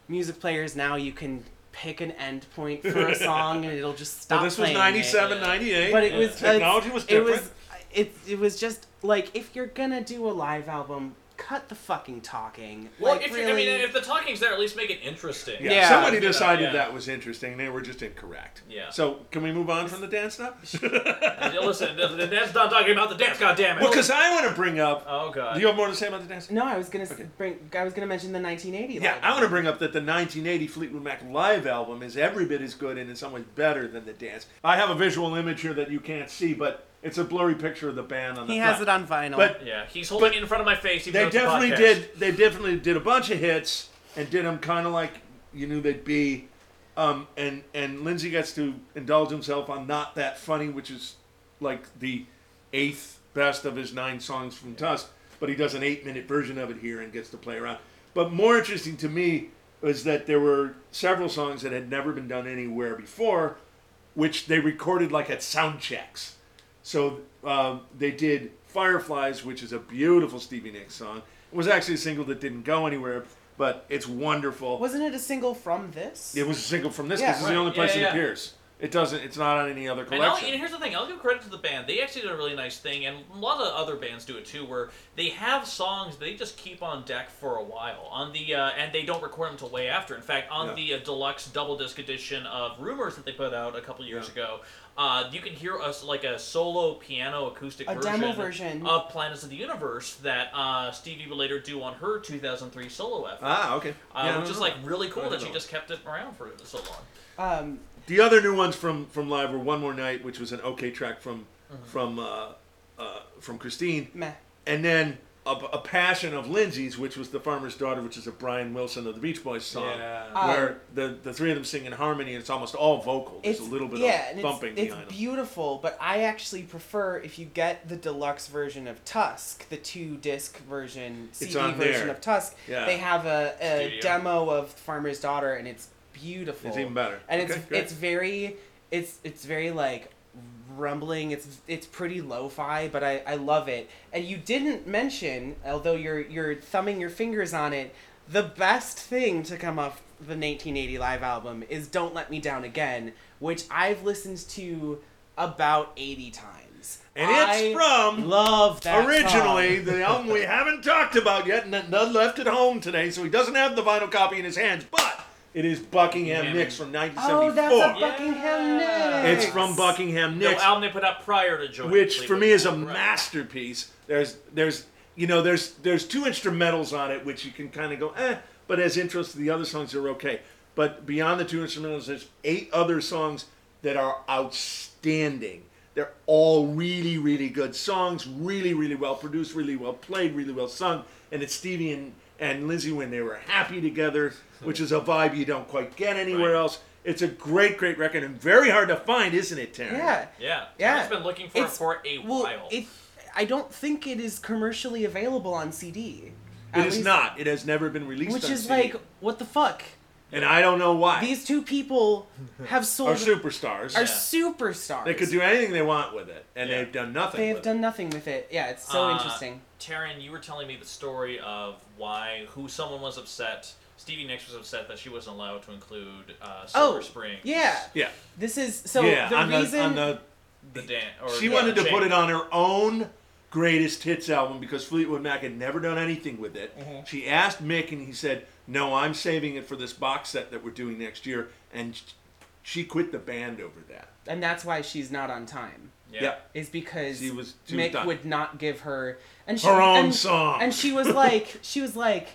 [SPEAKER 4] music players now you can pick an end point for a song, and it'll just stop.
[SPEAKER 3] Well, this was
[SPEAKER 4] playing it.
[SPEAKER 3] 97,
[SPEAKER 2] yeah.
[SPEAKER 3] 98.
[SPEAKER 4] But it was
[SPEAKER 3] Yeah. Technology was
[SPEAKER 4] It was
[SPEAKER 3] different.
[SPEAKER 4] it, it was just like if you're gonna do a live album, cut the fucking talking.
[SPEAKER 2] well
[SPEAKER 4] like,
[SPEAKER 2] if you,
[SPEAKER 4] really,
[SPEAKER 2] I mean, if the talking's there, at least make it interesting.
[SPEAKER 3] Yeah.
[SPEAKER 4] Yeah.
[SPEAKER 3] Somebody
[SPEAKER 2] You know,
[SPEAKER 3] decided
[SPEAKER 2] yeah.
[SPEAKER 3] that was interesting. They were just incorrect.
[SPEAKER 2] Yeah.
[SPEAKER 3] So can we move on from the dance stuff?
[SPEAKER 2] Yeah, Listen, th- th- that's not talking about the dance. God damn it.
[SPEAKER 3] well, because I want to bring up.
[SPEAKER 2] oh god.
[SPEAKER 3] Do you have more to say about the dance?
[SPEAKER 4] No, I was gonna s bring. I was gonna mention the 1980.
[SPEAKER 3] Yeah,
[SPEAKER 4] live
[SPEAKER 3] I want to
[SPEAKER 4] album.
[SPEAKER 3] bring up that the 1980 Fleetwood Mac live album is every bit as good and in some ways better than the dance. I have a visual image here that you can't see, but it's a blurry picture of the band on the
[SPEAKER 4] He
[SPEAKER 3] front.
[SPEAKER 4] has it on vinyl.
[SPEAKER 3] But
[SPEAKER 2] yeah, he's holding it in front of my face. Even though
[SPEAKER 3] they
[SPEAKER 2] it's a
[SPEAKER 3] definitely
[SPEAKER 2] podcast.
[SPEAKER 3] did. They definitely did a bunch of hits and did them kind of like you knew they'd be. Um, and and Lindsay gets to indulge himself on "Not That Funny," which is like the eighth best of his nine songs from Tusk. But he does an eight-minute version of it here and gets to play around. But more interesting to me was that there were several songs that had never been done anywhere before, which they recorded like at sound checks. So um, they did Fireflies, which is a beautiful Stevie Nicks song. It was actually a single that didn't go anywhere, but it's wonderful.
[SPEAKER 4] wasn't it a single from this?
[SPEAKER 3] it was a single from this.
[SPEAKER 4] Yeah,
[SPEAKER 3] this is
[SPEAKER 2] right.
[SPEAKER 3] the only
[SPEAKER 2] Yeah,
[SPEAKER 3] place
[SPEAKER 2] yeah.
[SPEAKER 3] it appears. It doesn't. It's not on any other
[SPEAKER 2] And, I'll,
[SPEAKER 3] collection.
[SPEAKER 2] and here's the thing: I'll give credit to the band. They actually did a really nice thing, and a lot of other bands do it too, where they have songs they just keep on deck for a while. On the uh, and they don't record them till way after. In fact, on
[SPEAKER 3] Yeah.
[SPEAKER 2] the uh, deluxe double disc edition of Rumors that they put out a couple years ago, uh, you can hear us like a solo piano acoustic
[SPEAKER 4] A
[SPEAKER 2] version,
[SPEAKER 4] demo version.
[SPEAKER 2] of Planets of the Universe that uh, Stevie would later do on her 2003 solo effort,
[SPEAKER 3] ah, okay.
[SPEAKER 2] uh,
[SPEAKER 3] Yeah, I
[SPEAKER 2] which
[SPEAKER 3] don't
[SPEAKER 2] is
[SPEAKER 3] know.
[SPEAKER 2] like really
[SPEAKER 3] I
[SPEAKER 2] cool
[SPEAKER 3] don't
[SPEAKER 2] that she
[SPEAKER 3] know.
[SPEAKER 2] just kept it around for so long.
[SPEAKER 4] Um,
[SPEAKER 3] the other new ones from from live were "One More Night,"
[SPEAKER 2] Mm-hmm.
[SPEAKER 3] which was an okay track from from uh, uh, from Christine,
[SPEAKER 4] meh.
[SPEAKER 3] and then a, a passion of Lindsay's, which was the farmer's daughter, which is a Brian Wilson of the Beach Boys song,
[SPEAKER 2] Yeah.
[SPEAKER 3] where
[SPEAKER 4] Um,
[SPEAKER 3] the, the three of them sing in harmony, and it's almost all vocal. There's
[SPEAKER 4] It's
[SPEAKER 3] a little bit
[SPEAKER 4] yeah, and
[SPEAKER 3] of thumping
[SPEAKER 4] it's,
[SPEAKER 3] behind
[SPEAKER 4] it's
[SPEAKER 3] them.
[SPEAKER 4] beautiful, but I actually prefer if you get the deluxe version of Tusk, the two disc version, CD
[SPEAKER 3] on
[SPEAKER 4] version
[SPEAKER 3] there.
[SPEAKER 4] of Tusk.
[SPEAKER 3] Yeah.
[SPEAKER 4] They have a, a
[SPEAKER 2] Studio.
[SPEAKER 4] demo of Farmer's Daughter, and it's beautiful.
[SPEAKER 3] It's even better.
[SPEAKER 4] And
[SPEAKER 3] Okay,
[SPEAKER 4] it's
[SPEAKER 3] great.
[SPEAKER 4] it's very it's it's very like rumbling. It's it's pretty lo-fi, but I I love it. And you didn't mention, although you're you're thumbing your fingers on it, the best thing to come off the 1980 live album is "Don't Let Me Down Again," which I've listened to about 80 times.
[SPEAKER 3] And it's
[SPEAKER 4] I
[SPEAKER 3] from
[SPEAKER 4] love that
[SPEAKER 3] Originally,
[SPEAKER 4] song.
[SPEAKER 3] the album we haven't talked about yet, and that Nud left at home today, so he doesn't have the vinyl copy in his hands, but it is Buckingham
[SPEAKER 2] Yeah.
[SPEAKER 3] Nicks from
[SPEAKER 4] Oh,
[SPEAKER 3] 1974.
[SPEAKER 4] that's a
[SPEAKER 2] Yeah.
[SPEAKER 4] Buckingham
[SPEAKER 2] Yeah.
[SPEAKER 4] Nicks.
[SPEAKER 3] It's from Buckingham
[SPEAKER 2] The
[SPEAKER 3] Nicks.
[SPEAKER 2] album they put out prior to joining,
[SPEAKER 3] which for
[SPEAKER 2] Fleetwood
[SPEAKER 3] me is a
[SPEAKER 2] Mac, right.
[SPEAKER 3] masterpiece. There's there's you know there's there's two instrumentals on it which you can kind of go eh, but as intros to the other songs are okay. But beyond the two instrumentals, there's eight other songs that are outstanding. They're all really really good songs, really really well produced, really well played, really well sung, and it's Stevie and and Lizzie when they were happy together, which is a vibe you don't quite get anywhere
[SPEAKER 2] Right.
[SPEAKER 3] else. It's a great, great record and very hard to find, isn't it, Terry?
[SPEAKER 4] Yeah.
[SPEAKER 2] Yeah,
[SPEAKER 4] Yeah.
[SPEAKER 2] I've been looking for it
[SPEAKER 4] It's-
[SPEAKER 2] for a
[SPEAKER 4] Well,
[SPEAKER 2] while.
[SPEAKER 4] it, I don't think it is commercially available on CD.
[SPEAKER 3] It
[SPEAKER 4] At
[SPEAKER 3] is
[SPEAKER 4] least-
[SPEAKER 3] not. It has never been released.
[SPEAKER 4] Which
[SPEAKER 3] on
[SPEAKER 4] is
[SPEAKER 3] CD.
[SPEAKER 4] like, what the fuck?
[SPEAKER 3] and I don't know why.
[SPEAKER 4] These two people have sold
[SPEAKER 3] are superstars.
[SPEAKER 4] are
[SPEAKER 2] Yeah.
[SPEAKER 4] superstars.
[SPEAKER 3] they could do anything they want with it, and
[SPEAKER 2] Yeah.
[SPEAKER 3] they've done nothing.
[SPEAKER 4] They have
[SPEAKER 3] with
[SPEAKER 4] done nothing with it. Yeah, it's so
[SPEAKER 2] Uh,
[SPEAKER 4] interesting.
[SPEAKER 2] Taryn, you were telling me the story of why who someone was upset. Stevie Nicks was upset that she wasn't allowed to include uh, Silver
[SPEAKER 4] Oh,
[SPEAKER 2] Springs.
[SPEAKER 4] Yeah.
[SPEAKER 3] It. Yeah,
[SPEAKER 4] This is so
[SPEAKER 3] yeah.
[SPEAKER 4] the
[SPEAKER 3] on
[SPEAKER 4] reason
[SPEAKER 3] the, on the,
[SPEAKER 2] the dan- or
[SPEAKER 3] she
[SPEAKER 2] the
[SPEAKER 3] wanted to
[SPEAKER 2] chain.
[SPEAKER 3] put it on her own greatest hits album because Fleetwood Mac had never done anything with it.
[SPEAKER 4] Mm-hmm.
[SPEAKER 3] She asked Mick, and he said, "No, I'm saving it for this box set that we're doing next year." And sh- she quit the band over that.
[SPEAKER 4] and that's why she's not on time.
[SPEAKER 2] Yeah.
[SPEAKER 4] Is because
[SPEAKER 3] She was- she was
[SPEAKER 4] Mick
[SPEAKER 3] done.
[SPEAKER 4] would not give her and she,
[SPEAKER 3] Her own
[SPEAKER 4] and,
[SPEAKER 3] song.
[SPEAKER 4] And she was like she was like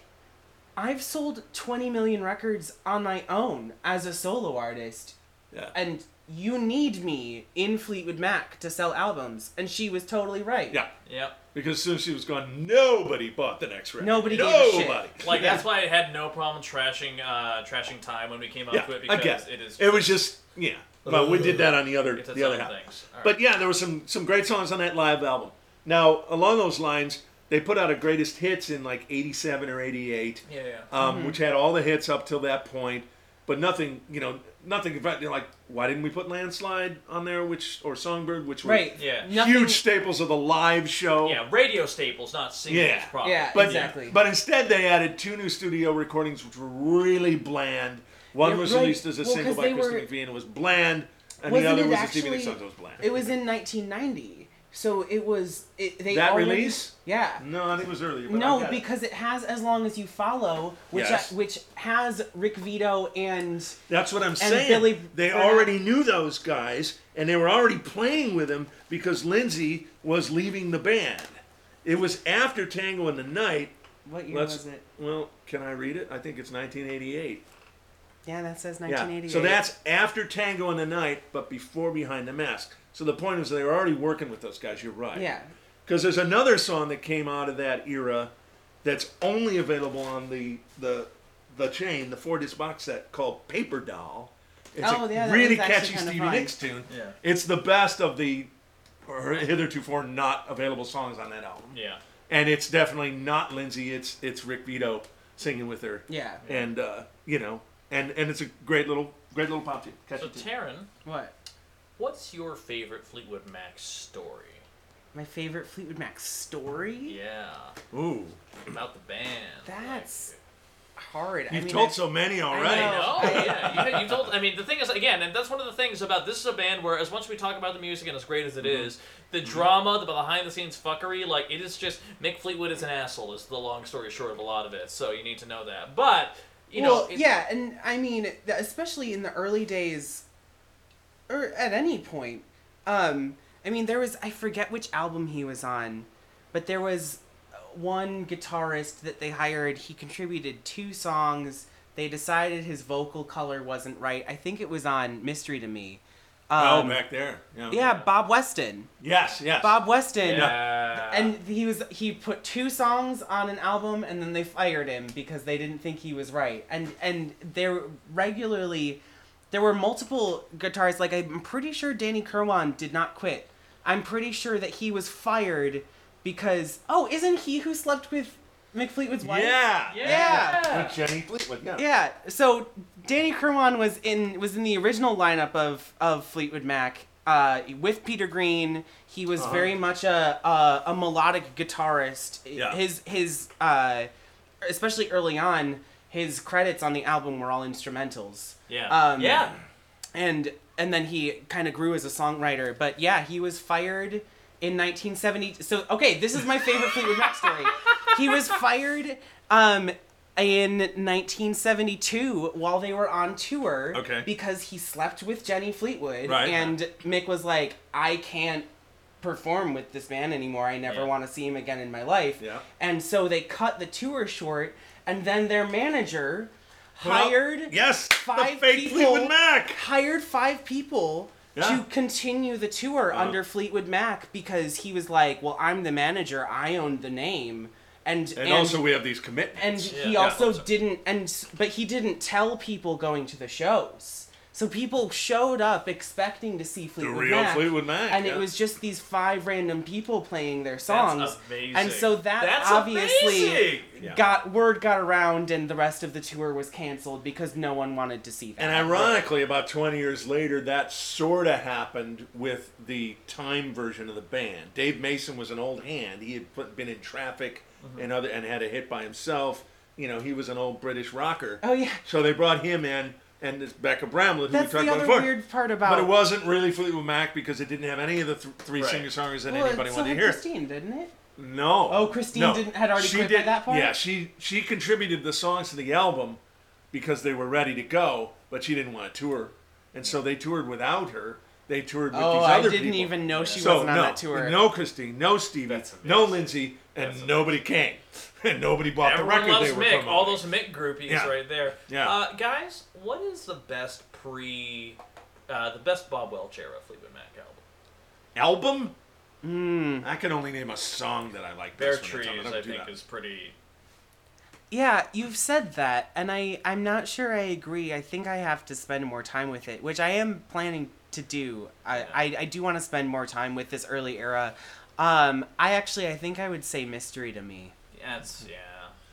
[SPEAKER 4] I've sold 20 million records on my own as a solo artist.
[SPEAKER 3] yeah.
[SPEAKER 4] and you need me in Fleetwood Mac to sell albums. And she was totally right.
[SPEAKER 3] yeah.
[SPEAKER 2] Yep.
[SPEAKER 3] Because as soon as she was gone, nobody bought the next record.
[SPEAKER 4] Nobody gave a
[SPEAKER 3] Nobody.
[SPEAKER 4] shit.
[SPEAKER 2] Like that's why I had no problem trashing uh, trashing time when we came up
[SPEAKER 3] yeah,
[SPEAKER 2] to it
[SPEAKER 3] I
[SPEAKER 2] because
[SPEAKER 3] guess
[SPEAKER 2] it is
[SPEAKER 3] It was just yeah, but we did that on the other
[SPEAKER 2] it's its
[SPEAKER 3] the other
[SPEAKER 2] own
[SPEAKER 3] half.
[SPEAKER 2] things. All
[SPEAKER 3] But yeah, there were some some great songs on that live album. Now along those lines, they put out a greatest hits in like '87 or '88,
[SPEAKER 2] yeah, yeah.
[SPEAKER 3] um,
[SPEAKER 4] Mm-hmm.
[SPEAKER 3] which had all the hits up till that point, but nothing you know nothing about you know, like why didn't we put landslide on there, which or songbird, which were
[SPEAKER 4] Right.
[SPEAKER 2] Yeah.
[SPEAKER 4] Nothing-
[SPEAKER 3] huge staples of the live show.
[SPEAKER 2] yeah, radio staples, not singles.
[SPEAKER 3] oh. Yeah.
[SPEAKER 2] Probably.
[SPEAKER 4] Yeah.
[SPEAKER 3] But,
[SPEAKER 4] Exactly.
[SPEAKER 3] But instead, they added two new studio recordings, which were really bland. One
[SPEAKER 4] Yeah,
[SPEAKER 3] was
[SPEAKER 4] right.
[SPEAKER 3] released as a
[SPEAKER 4] Well,
[SPEAKER 3] single
[SPEAKER 4] 'cause
[SPEAKER 3] by
[SPEAKER 4] they
[SPEAKER 3] Christy
[SPEAKER 4] were-
[SPEAKER 3] McVie, and it was bland. And
[SPEAKER 4] Wasn't
[SPEAKER 3] the other
[SPEAKER 4] it
[SPEAKER 3] was
[SPEAKER 4] actually,
[SPEAKER 3] a Stevie Nicks song that was bland.
[SPEAKER 4] It was in 1990. So it was. It, they
[SPEAKER 3] That
[SPEAKER 4] already-
[SPEAKER 3] release?
[SPEAKER 4] Yeah.
[SPEAKER 3] no, I think it was earlier. But I
[SPEAKER 4] No,
[SPEAKER 3] got it.
[SPEAKER 4] because it has As Long as You Follow, which
[SPEAKER 3] Yes.
[SPEAKER 4] I, which has Rick Vito and.
[SPEAKER 3] that's what I'm saying.
[SPEAKER 4] Billy
[SPEAKER 3] they
[SPEAKER 4] Burnett.
[SPEAKER 3] already knew those guys, and they were already playing with them because Lindsay was leaving the band. It was after Tango in the Night.
[SPEAKER 4] What year
[SPEAKER 3] Let's-
[SPEAKER 4] was it?
[SPEAKER 3] Well, can I read it? I think it's 1988.
[SPEAKER 4] Yeah, that says
[SPEAKER 3] Yeah.
[SPEAKER 4] 1988.
[SPEAKER 3] So that's after Tango in the Night, but before Behind the Mask. So the point is, they were already working with those guys. You're right.
[SPEAKER 4] Yeah.
[SPEAKER 3] Because there's another song that came out of that era, that's only available on the the the chain, the four disc box set called Paper Doll. It's
[SPEAKER 4] Oh,
[SPEAKER 3] a
[SPEAKER 4] yeah, that
[SPEAKER 3] really
[SPEAKER 4] was actually
[SPEAKER 3] catchy
[SPEAKER 4] kinda
[SPEAKER 3] Stevie
[SPEAKER 4] fun.
[SPEAKER 3] Nicks tune.
[SPEAKER 2] Yeah.
[SPEAKER 3] It's the best of the or hithertofore not available songs on that album.
[SPEAKER 2] Yeah.
[SPEAKER 3] And it's definitely not Lindsay. It's it's Rick Vito singing with her
[SPEAKER 4] Yeah.
[SPEAKER 3] and uh, you know, and and it's a great little great little pop tune. Catchy
[SPEAKER 2] So
[SPEAKER 3] tune.
[SPEAKER 2] Taryn,
[SPEAKER 4] What?
[SPEAKER 2] what's your favorite Fleetwood Mac story?
[SPEAKER 4] My favorite Fleetwood Mac story?
[SPEAKER 2] Yeah.
[SPEAKER 3] Ooh,
[SPEAKER 2] About the band.
[SPEAKER 4] That's hard. I
[SPEAKER 3] you've
[SPEAKER 4] mean,
[SPEAKER 3] told
[SPEAKER 4] I-
[SPEAKER 3] so many
[SPEAKER 2] I
[SPEAKER 3] already.
[SPEAKER 4] know.
[SPEAKER 2] know. yeah, you, you told. I mean, the thing is, again, and that's one of the things about this is a band where, as much as we talk about the music and as great as it
[SPEAKER 3] Mm-hmm.
[SPEAKER 2] is, the drama, the behind the scenes fuckery, like it is just Mick Fleetwood is an asshole. Is the long story short of a lot of it. So you need to know that. But you
[SPEAKER 4] well,
[SPEAKER 2] know, it-
[SPEAKER 4] yeah, and I mean, th- especially in the early days, or at any point, um, I mean, there was I forget which album he was on, but there was one guitarist that they hired. He contributed two songs. They decided his vocal color wasn't right. I think it was on Mystery to Me.
[SPEAKER 3] oh, back there. Yeah.
[SPEAKER 4] Yeah, Bob Weston.
[SPEAKER 3] Yes, yes.
[SPEAKER 4] Bob Weston.
[SPEAKER 3] uh,
[SPEAKER 2] Yeah.
[SPEAKER 4] And he was he put two songs on an album and then they fired him because they didn't think he was right. And and there regularly there were multiple guitarists like I'm pretty sure Danny Kirwan did not quit. I'm pretty sure that he was fired because oh, isn't he who slept with McFleetwood's wife?
[SPEAKER 3] Yeah.
[SPEAKER 2] yeah.
[SPEAKER 3] With Jenny Fleetwood, yeah.
[SPEAKER 4] Yeah. So Danny Kirwan was in was in the original lineup of of Fleetwood Mac uh, with Peter Green. He was very much a, a a melodic guitarist.
[SPEAKER 3] Yeah.
[SPEAKER 4] His his uh, especially early on, his credits on the album were all instrumentals.
[SPEAKER 2] Yeah.
[SPEAKER 4] Um,
[SPEAKER 2] yeah.
[SPEAKER 4] And and then he kind of grew as a songwriter. But yeah, he was fired in 1970. So okay, this is my favorite Fleetwood Mac story. He was fired um, in 1972 while they were on tour.
[SPEAKER 3] Okay.
[SPEAKER 4] Because he slept with Jenny Fleetwood.
[SPEAKER 3] Right.
[SPEAKER 4] And Mick was like, I can't perform with this man anymore. I never
[SPEAKER 2] Yeah.
[SPEAKER 4] want to see him again in my life.
[SPEAKER 3] Yeah.
[SPEAKER 4] And so they cut the tour short, and then their manager
[SPEAKER 3] Well,
[SPEAKER 4] hired
[SPEAKER 3] Yes.
[SPEAKER 4] five
[SPEAKER 3] the fake
[SPEAKER 4] people-
[SPEAKER 3] Fleetwood Mac.
[SPEAKER 4] hired five people
[SPEAKER 3] Yeah.
[SPEAKER 4] to continue the tour under Fleetwood Mac because he was like, "Well, I'm the manager. I own the name." And
[SPEAKER 3] And, also we have these commitments.
[SPEAKER 4] and
[SPEAKER 2] Yeah.
[SPEAKER 4] he
[SPEAKER 2] Yeah.
[SPEAKER 4] also didn't and s- but he didn't tell people going to the shows. So people showed up expecting to see Fleetwood
[SPEAKER 3] real
[SPEAKER 4] Mac,
[SPEAKER 3] Fleetwood Mac,
[SPEAKER 4] and
[SPEAKER 3] yeah.
[SPEAKER 4] it was just these five random people playing their songs. And
[SPEAKER 2] amazing.
[SPEAKER 4] so that
[SPEAKER 2] That's
[SPEAKER 4] obviously
[SPEAKER 2] amazing.
[SPEAKER 3] Yeah.
[SPEAKER 4] got word got around, and the rest of the tour was canceled because no one wanted to see that.
[SPEAKER 3] And ironically, about 20 years later, that sort of happened with the time version of the band. Dave Mason was an old hand. He had put, been in traffic
[SPEAKER 4] Mm-hmm.
[SPEAKER 3] and other and had a hit by himself. You know, he was an old British rocker.
[SPEAKER 4] Oh, yeah.
[SPEAKER 3] So they brought him in, and this Becca Bramlett, who
[SPEAKER 4] That's
[SPEAKER 3] we talked
[SPEAKER 4] the
[SPEAKER 3] about
[SPEAKER 4] other
[SPEAKER 3] before.
[SPEAKER 4] weird part about.
[SPEAKER 3] But it wasn't really Fleetwood Mac because it didn't have any of the th- three
[SPEAKER 2] Right.
[SPEAKER 3] singer-songers that
[SPEAKER 4] Well, it
[SPEAKER 3] anybody
[SPEAKER 4] still
[SPEAKER 3] wanted to
[SPEAKER 4] had
[SPEAKER 3] hear.
[SPEAKER 4] Christine, didn't it?
[SPEAKER 3] No.
[SPEAKER 4] Oh, Christine
[SPEAKER 3] No.
[SPEAKER 4] didn't- had already
[SPEAKER 3] she
[SPEAKER 4] quit by
[SPEAKER 3] did,
[SPEAKER 4] that point?
[SPEAKER 3] Yeah, she she contributed the songs to the album because they were ready to go, but she didn't want to tour, and so they toured without her. They toured with
[SPEAKER 4] Oh,
[SPEAKER 3] these
[SPEAKER 4] I
[SPEAKER 3] other
[SPEAKER 4] didn't
[SPEAKER 3] people.
[SPEAKER 4] even know she
[SPEAKER 3] so,
[SPEAKER 4] wasn't on
[SPEAKER 3] no,
[SPEAKER 4] that tour.
[SPEAKER 3] No Christine, no Stevie, no Lindsay, and nobody came, and nobody bought
[SPEAKER 2] Everyone
[SPEAKER 3] the record
[SPEAKER 2] loves
[SPEAKER 3] they were
[SPEAKER 2] Mick.
[SPEAKER 3] promoting.
[SPEAKER 2] All those Mick groupies
[SPEAKER 3] Yeah.
[SPEAKER 2] right there.
[SPEAKER 3] Yeah.
[SPEAKER 2] Uh, guys, what is the best pre, uh, the best Bob Welch era Fleetwood Mac album?
[SPEAKER 3] album.
[SPEAKER 4] Hmm.
[SPEAKER 3] I can only name a song that I like.
[SPEAKER 2] Bear
[SPEAKER 3] best from the
[SPEAKER 2] Trees,
[SPEAKER 3] time. don't
[SPEAKER 2] I
[SPEAKER 3] do
[SPEAKER 2] think,
[SPEAKER 3] that.
[SPEAKER 2] is pretty.
[SPEAKER 4] Yeah, you've said that, and I I'm not sure I agree. I think I have to spend more time with it, which I am planning to do. I I, I do want to spend more time with this early era. Um, I actually I think I would say mystery to me.
[SPEAKER 2] Yeah, it's, yeah.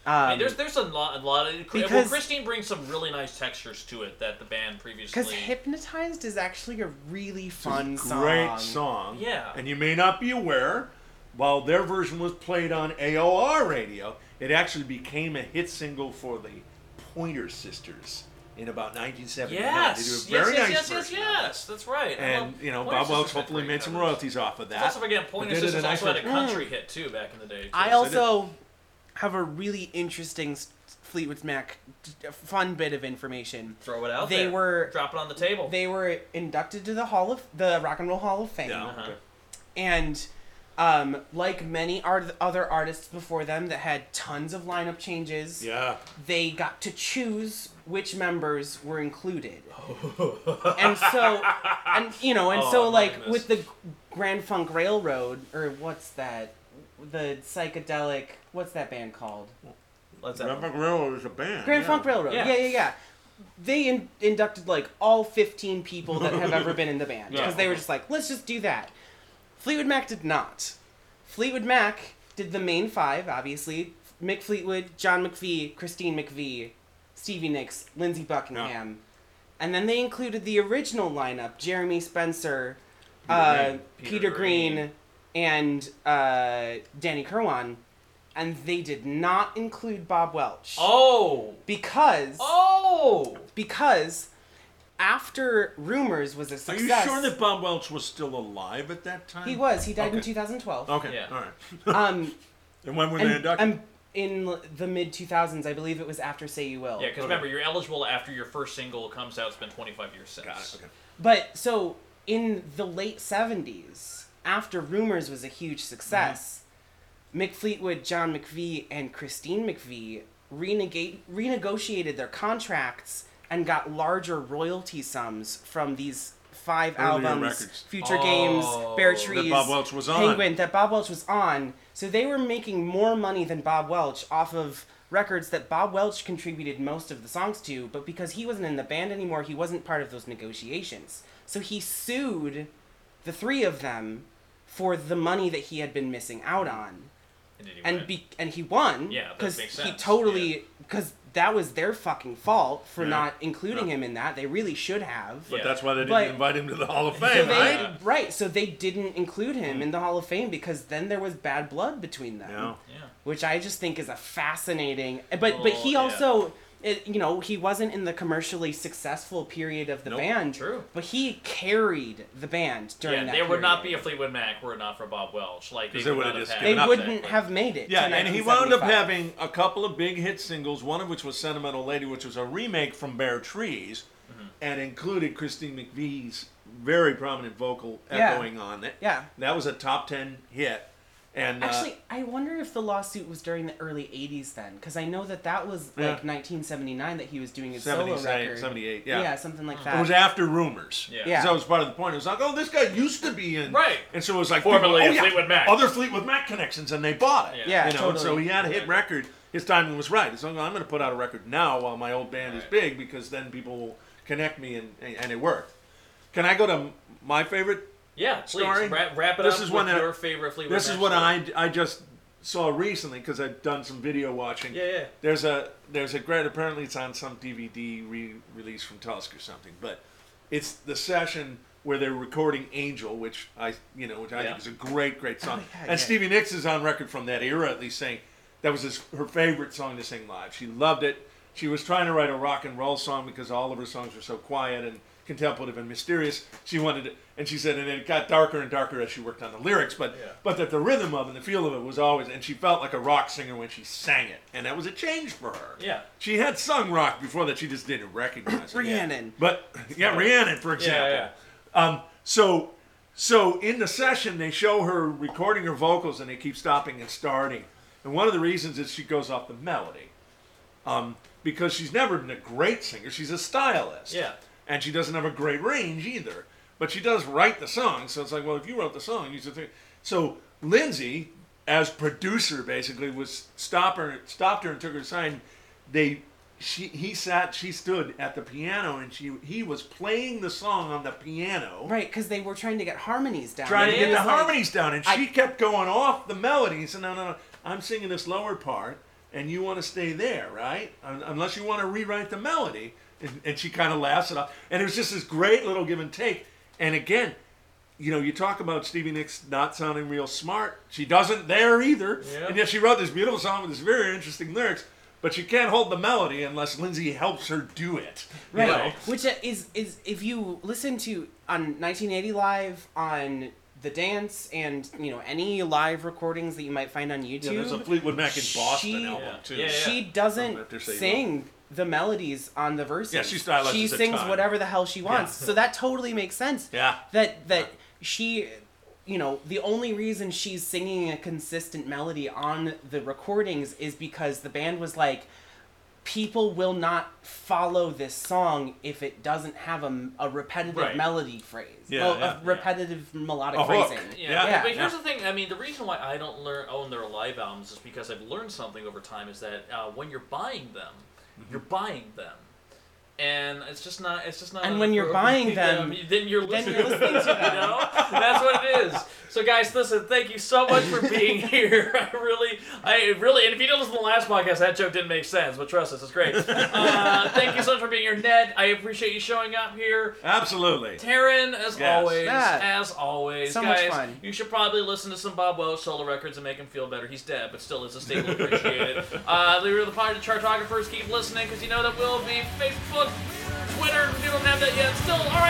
[SPEAKER 4] Um,
[SPEAKER 2] I mean, there's there's a lot, a lot of well,
[SPEAKER 4] because-
[SPEAKER 2] Christine brings some really nice textures to it that the band previously.
[SPEAKER 4] because hypnotized is actually a really fun song.
[SPEAKER 3] great song.
[SPEAKER 2] Yeah.
[SPEAKER 3] And you may not be aware, while their version was played on AOR radio, it actually became a hit single for the Pointer Sisters in about 1979.
[SPEAKER 2] yes,
[SPEAKER 3] They do a very
[SPEAKER 2] yes,
[SPEAKER 3] nice
[SPEAKER 2] yes, yes, yes,
[SPEAKER 3] version of
[SPEAKER 2] yes. That's right. I
[SPEAKER 3] And
[SPEAKER 2] love-
[SPEAKER 3] you know,
[SPEAKER 2] Pointer
[SPEAKER 3] Bob Welch
[SPEAKER 2] Sisters had
[SPEAKER 3] hopefully
[SPEAKER 2] great
[SPEAKER 3] made some
[SPEAKER 2] covers.
[SPEAKER 3] royalties off of that.
[SPEAKER 2] That's also again, Pointer
[SPEAKER 3] They did
[SPEAKER 2] Sisters
[SPEAKER 3] a nice
[SPEAKER 2] also had a
[SPEAKER 3] version.
[SPEAKER 2] country hit too back in the day. too.
[SPEAKER 4] I
[SPEAKER 3] Yes, I
[SPEAKER 4] also have a really interesting s- Fleetwood Mac t- fun bit of information.
[SPEAKER 2] throw it out.
[SPEAKER 4] They
[SPEAKER 2] there.
[SPEAKER 4] were-
[SPEAKER 2] drop it on the table.
[SPEAKER 4] They were inducted to the Hall of the Rock and Roll Hall of Fame,
[SPEAKER 3] Yeah.
[SPEAKER 2] Uh-huh.
[SPEAKER 4] and um, like many art- other artists before them that had tons of lineup changes,
[SPEAKER 3] Yeah.
[SPEAKER 4] they got to choose which members were included. and so, and you know, and
[SPEAKER 2] Oh,
[SPEAKER 4] so
[SPEAKER 2] my
[SPEAKER 4] like
[SPEAKER 2] goodness.
[SPEAKER 4] with the Grand Funk Railroad or what's that, the psychedelic, what's that band called?
[SPEAKER 2] Let's have
[SPEAKER 3] Grand Funk Railroad is a band.
[SPEAKER 4] Grand
[SPEAKER 3] yeah.
[SPEAKER 4] Funk Railroad.
[SPEAKER 2] Yeah.
[SPEAKER 4] Yeah, yeah, yeah. They in- inducted like all 15 people that have ever been in the band because
[SPEAKER 3] Yeah.
[SPEAKER 4] they were just like, let's just do that. Fleetwood Mac did not. Fleetwood Mac did the main five, obviously Mick Fleetwood, John McVie, Christine McVie, Stevie Nicks, Lindsey Buckingham. And then they included the original lineup Jeremy Spencer, uh,
[SPEAKER 2] Green.
[SPEAKER 4] Peter,
[SPEAKER 2] Peter
[SPEAKER 4] Green,
[SPEAKER 2] Green.
[SPEAKER 4] and uh, Danny Kirwan. And they did not include Bob Welch
[SPEAKER 2] Oh.
[SPEAKER 4] because
[SPEAKER 2] Oh.
[SPEAKER 4] because after rumors was a
[SPEAKER 3] Are
[SPEAKER 4] success
[SPEAKER 3] you sure that Bob Welch was still alive at that time?
[SPEAKER 4] he was he died in
[SPEAKER 3] Okay.
[SPEAKER 4] 2012
[SPEAKER 3] Okay.
[SPEAKER 2] Yeah.
[SPEAKER 3] All right.
[SPEAKER 4] um
[SPEAKER 3] And when were they
[SPEAKER 4] and,
[SPEAKER 3] inducted?
[SPEAKER 4] and in the mid 2000s i believe it was after say you will
[SPEAKER 2] Yeah, because remember, you're eligible after your first single comes out. It's been 25 years since.
[SPEAKER 3] Got it. Okay.
[SPEAKER 4] but so in the late 70s after rumors was a huge success
[SPEAKER 3] Mm-hmm.
[SPEAKER 4] mick fleetwood john mcvie and christine mcvie renegate, renegotiated their contracts and got larger royalty sums from these five
[SPEAKER 3] Earlier
[SPEAKER 4] albums,
[SPEAKER 3] records.
[SPEAKER 4] Future
[SPEAKER 2] Oh.
[SPEAKER 4] Games, Bear
[SPEAKER 2] That
[SPEAKER 4] Trees,
[SPEAKER 3] Bob Welch was on.
[SPEAKER 4] Penguin, that Bob Welch was on. So they were making more money than Bob Welch off of records that Bob Welch contributed most of the songs to, but because he wasn't in the band anymore, he wasn't part of those negotiations. So he sued the three of them for the money that he had been missing out on
[SPEAKER 2] And, did he
[SPEAKER 4] and
[SPEAKER 2] win?
[SPEAKER 4] be and he won.
[SPEAKER 2] Yeah, that makes
[SPEAKER 4] he
[SPEAKER 2] sense, yeah.
[SPEAKER 4] totally because that was their fucking fault for
[SPEAKER 3] Yeah.
[SPEAKER 4] not including
[SPEAKER 3] Yeah.
[SPEAKER 4] him in that. They really should have.
[SPEAKER 2] Yeah.
[SPEAKER 3] But that's why they didn't
[SPEAKER 4] But-
[SPEAKER 3] invite him to the Hall of
[SPEAKER 4] So
[SPEAKER 3] Fame,
[SPEAKER 4] they,
[SPEAKER 3] right?
[SPEAKER 2] Yeah.
[SPEAKER 4] Right, so they didn't include him in the Hall of Fame because then there was bad blood between them,
[SPEAKER 3] No.
[SPEAKER 2] yeah.
[SPEAKER 4] which I just think is a fascinating. But but he
[SPEAKER 3] Oh,
[SPEAKER 2] Well, yeah.
[SPEAKER 4] also, it, you know, he wasn't in the commercially successful period of the
[SPEAKER 3] Nope,
[SPEAKER 4] band.
[SPEAKER 2] true.
[SPEAKER 4] but he carried the band during
[SPEAKER 2] yeah,
[SPEAKER 4] that.
[SPEAKER 2] there would not be a
[SPEAKER 4] period.
[SPEAKER 2] Fleetwood Mac were it not for Bob Welch. Like they,
[SPEAKER 3] Because they
[SPEAKER 2] would
[SPEAKER 3] would've
[SPEAKER 2] not have
[SPEAKER 3] just
[SPEAKER 2] had
[SPEAKER 3] given
[SPEAKER 4] They
[SPEAKER 3] up
[SPEAKER 4] wouldn't
[SPEAKER 2] that.
[SPEAKER 4] have made it.
[SPEAKER 3] Yeah,
[SPEAKER 4] to
[SPEAKER 3] and he wound up
[SPEAKER 4] 1975.
[SPEAKER 3] having a couple of big hit singles, one of which was Sentimental Lady, which was a remake from Bare Trees and included Christine McVie's very prominent vocal
[SPEAKER 4] Yeah.
[SPEAKER 3] echoing on it.
[SPEAKER 4] Yeah.
[SPEAKER 3] That was a top 10 hit. And uh,
[SPEAKER 4] Actually, I wonder if the lawsuit was during the early '80s then, because I know that that was
[SPEAKER 3] Yeah.
[SPEAKER 4] like 1979 that he was doing his solo
[SPEAKER 3] 77,
[SPEAKER 4] record.
[SPEAKER 3] 78, yeah. Uh-huh.
[SPEAKER 4] something like
[SPEAKER 3] it
[SPEAKER 4] that.
[SPEAKER 3] was after rumors.
[SPEAKER 2] Yeah.
[SPEAKER 3] 'Cause that was part of the point. It was like, oh, this guy used to be in.
[SPEAKER 2] Right.
[SPEAKER 3] And so it was like,
[SPEAKER 2] Formerly of
[SPEAKER 3] people, oh, yeah,
[SPEAKER 2] Fleetwood Mac.
[SPEAKER 3] Other Fleetwood Mac connections, and they bought it.
[SPEAKER 4] Yeah,
[SPEAKER 3] You know, and so
[SPEAKER 4] totally.
[SPEAKER 3] he had a hit
[SPEAKER 2] Right.
[SPEAKER 3] record. His timing was right. So I'm going to put out a record now while my old band is
[SPEAKER 2] Right.
[SPEAKER 3] big because then people will connect me, and, and it worked. Can I go to m- my favorite?
[SPEAKER 2] Yeah, please
[SPEAKER 3] Story?
[SPEAKER 2] wrap, wrap it
[SPEAKER 3] This
[SPEAKER 2] up
[SPEAKER 3] is
[SPEAKER 2] with
[SPEAKER 3] one that-
[SPEAKER 2] your favorite Fleetwood
[SPEAKER 3] This
[SPEAKER 2] Mac
[SPEAKER 3] is what
[SPEAKER 2] story.
[SPEAKER 3] I, I just saw recently because I've done some video watching.
[SPEAKER 2] Yeah, yeah.
[SPEAKER 3] There's a there's a great apparently it's on some DVD re-release from Tusk or something, but it's the session where they're recording Angel, which I you know which I
[SPEAKER 2] Yeah.
[SPEAKER 3] think is a great great song,
[SPEAKER 4] Oh, yeah,
[SPEAKER 3] and
[SPEAKER 4] yeah.
[SPEAKER 3] Stevie Nicks is on record from that era at least saying that was his, her favorite song to sing live. She loved it. She was trying to write a rock and roll song because all of her songs were so quiet and contemplative and mysterious. She wanted it, and she said, and it got darker and darker as she worked on the lyrics, but
[SPEAKER 2] Yeah.
[SPEAKER 3] but that the rhythm of and the feel of it was always, and she felt like a rock singer when she sang it, and that was a change for her.
[SPEAKER 2] Yeah.
[SPEAKER 3] She had sung rock before that, she just didn't recognize it.
[SPEAKER 4] Rhiannon.
[SPEAKER 3] But yeah, Rhiannon, for example. Um, so so in the session they show her recording her vocals and they keep stopping and starting. And one of the reasons is she goes off the melody. Um, because she's never been a great singer, she's a stylist.
[SPEAKER 2] Yeah.
[SPEAKER 3] And she doesn't have a great range either. But she does write the song, so it's like, well, if you wrote the song, you should think so Lindsay, as producer basically, was stop her stopped her and took her aside. They she he sat she stood at the piano and she he was playing the song on the piano
[SPEAKER 4] right because they were trying to get harmonies down.
[SPEAKER 3] trying to
[SPEAKER 4] and it
[SPEAKER 3] get the
[SPEAKER 4] was like-
[SPEAKER 3] harmonies down, and
[SPEAKER 4] I-
[SPEAKER 3] she kept going off the melodies. And no, no, no, I'm singing this lower part, and you want to stay there, right? Un- Unless you want to rewrite the melody. And, and she kind of laughs it off, and it was just this great little give and take. And again, you know, you talk about Stevie Nicks not sounding real smart. She doesn't there either,
[SPEAKER 2] Yeah.
[SPEAKER 3] and yet she wrote this beautiful song with this very interesting lyrics. But she can't hold the melody unless Lindsay helps her do it. you
[SPEAKER 4] right?
[SPEAKER 3] know?
[SPEAKER 4] Which uh, is is if you listen to on 1980 live on the dance and you know any live recordings that you might find on YouTube.
[SPEAKER 3] Yeah, there's a Fleetwood Mac in Boston
[SPEAKER 4] She-
[SPEAKER 3] album
[SPEAKER 2] Yeah.
[SPEAKER 3] too.
[SPEAKER 2] Yeah, yeah.
[SPEAKER 4] she
[SPEAKER 3] Don't have to
[SPEAKER 4] doesn't
[SPEAKER 3] say
[SPEAKER 4] sing the melodies on the verses.
[SPEAKER 3] Yeah, she stylizes
[SPEAKER 4] She
[SPEAKER 3] the
[SPEAKER 4] sings
[SPEAKER 3] time.
[SPEAKER 4] whatever the hell she wants. So that totally makes sense.
[SPEAKER 3] Yeah.
[SPEAKER 4] That that she you know, the only reason she's singing a consistent melody on the recordings is because the band was like people will not follow this song if it doesn't have a, a repetitive
[SPEAKER 2] Right.
[SPEAKER 4] melody phrase.
[SPEAKER 3] Yeah,
[SPEAKER 4] Well,
[SPEAKER 3] yeah,
[SPEAKER 4] a
[SPEAKER 3] yeah.
[SPEAKER 4] repetitive melodic
[SPEAKER 3] A hook.
[SPEAKER 4] phrasing.
[SPEAKER 2] Yeah,
[SPEAKER 3] Yeah,
[SPEAKER 2] but here's
[SPEAKER 3] yeah.
[SPEAKER 2] the thing. I mean, the reason why I don't learn own their live albums is because I've learned something over time. Is that uh, when you're buying them, you're buying them, and it's just not. It's just not.
[SPEAKER 4] And
[SPEAKER 2] an
[SPEAKER 4] when you're buying
[SPEAKER 2] appropriate-
[SPEAKER 4] them,
[SPEAKER 2] um, then you're
[SPEAKER 4] then
[SPEAKER 2] listening,
[SPEAKER 4] you're listening
[SPEAKER 2] to them. You know, that's what it is. So, guys, listen. Thank you so much for being here. I really, I really, and if you didn't listen to the last podcast, that joke didn't make sense. But trust us, it's great. Uh, thank you so much for being here, Ned. I appreciate you showing up here.
[SPEAKER 3] Absolutely.
[SPEAKER 2] Taryn, as
[SPEAKER 3] Yes.
[SPEAKER 2] always,
[SPEAKER 4] Matt.
[SPEAKER 2] as always,
[SPEAKER 4] So much
[SPEAKER 2] guys,
[SPEAKER 4] fun.
[SPEAKER 2] you should probably listen to some Bob Welch solo records and make him feel better. He's dead, but still, it's a staple. Appreciate it. Uh, leader of the party, chartographers, keep listening because you know that will be Facebook, Twitter. We don't have that yet. Still, all right.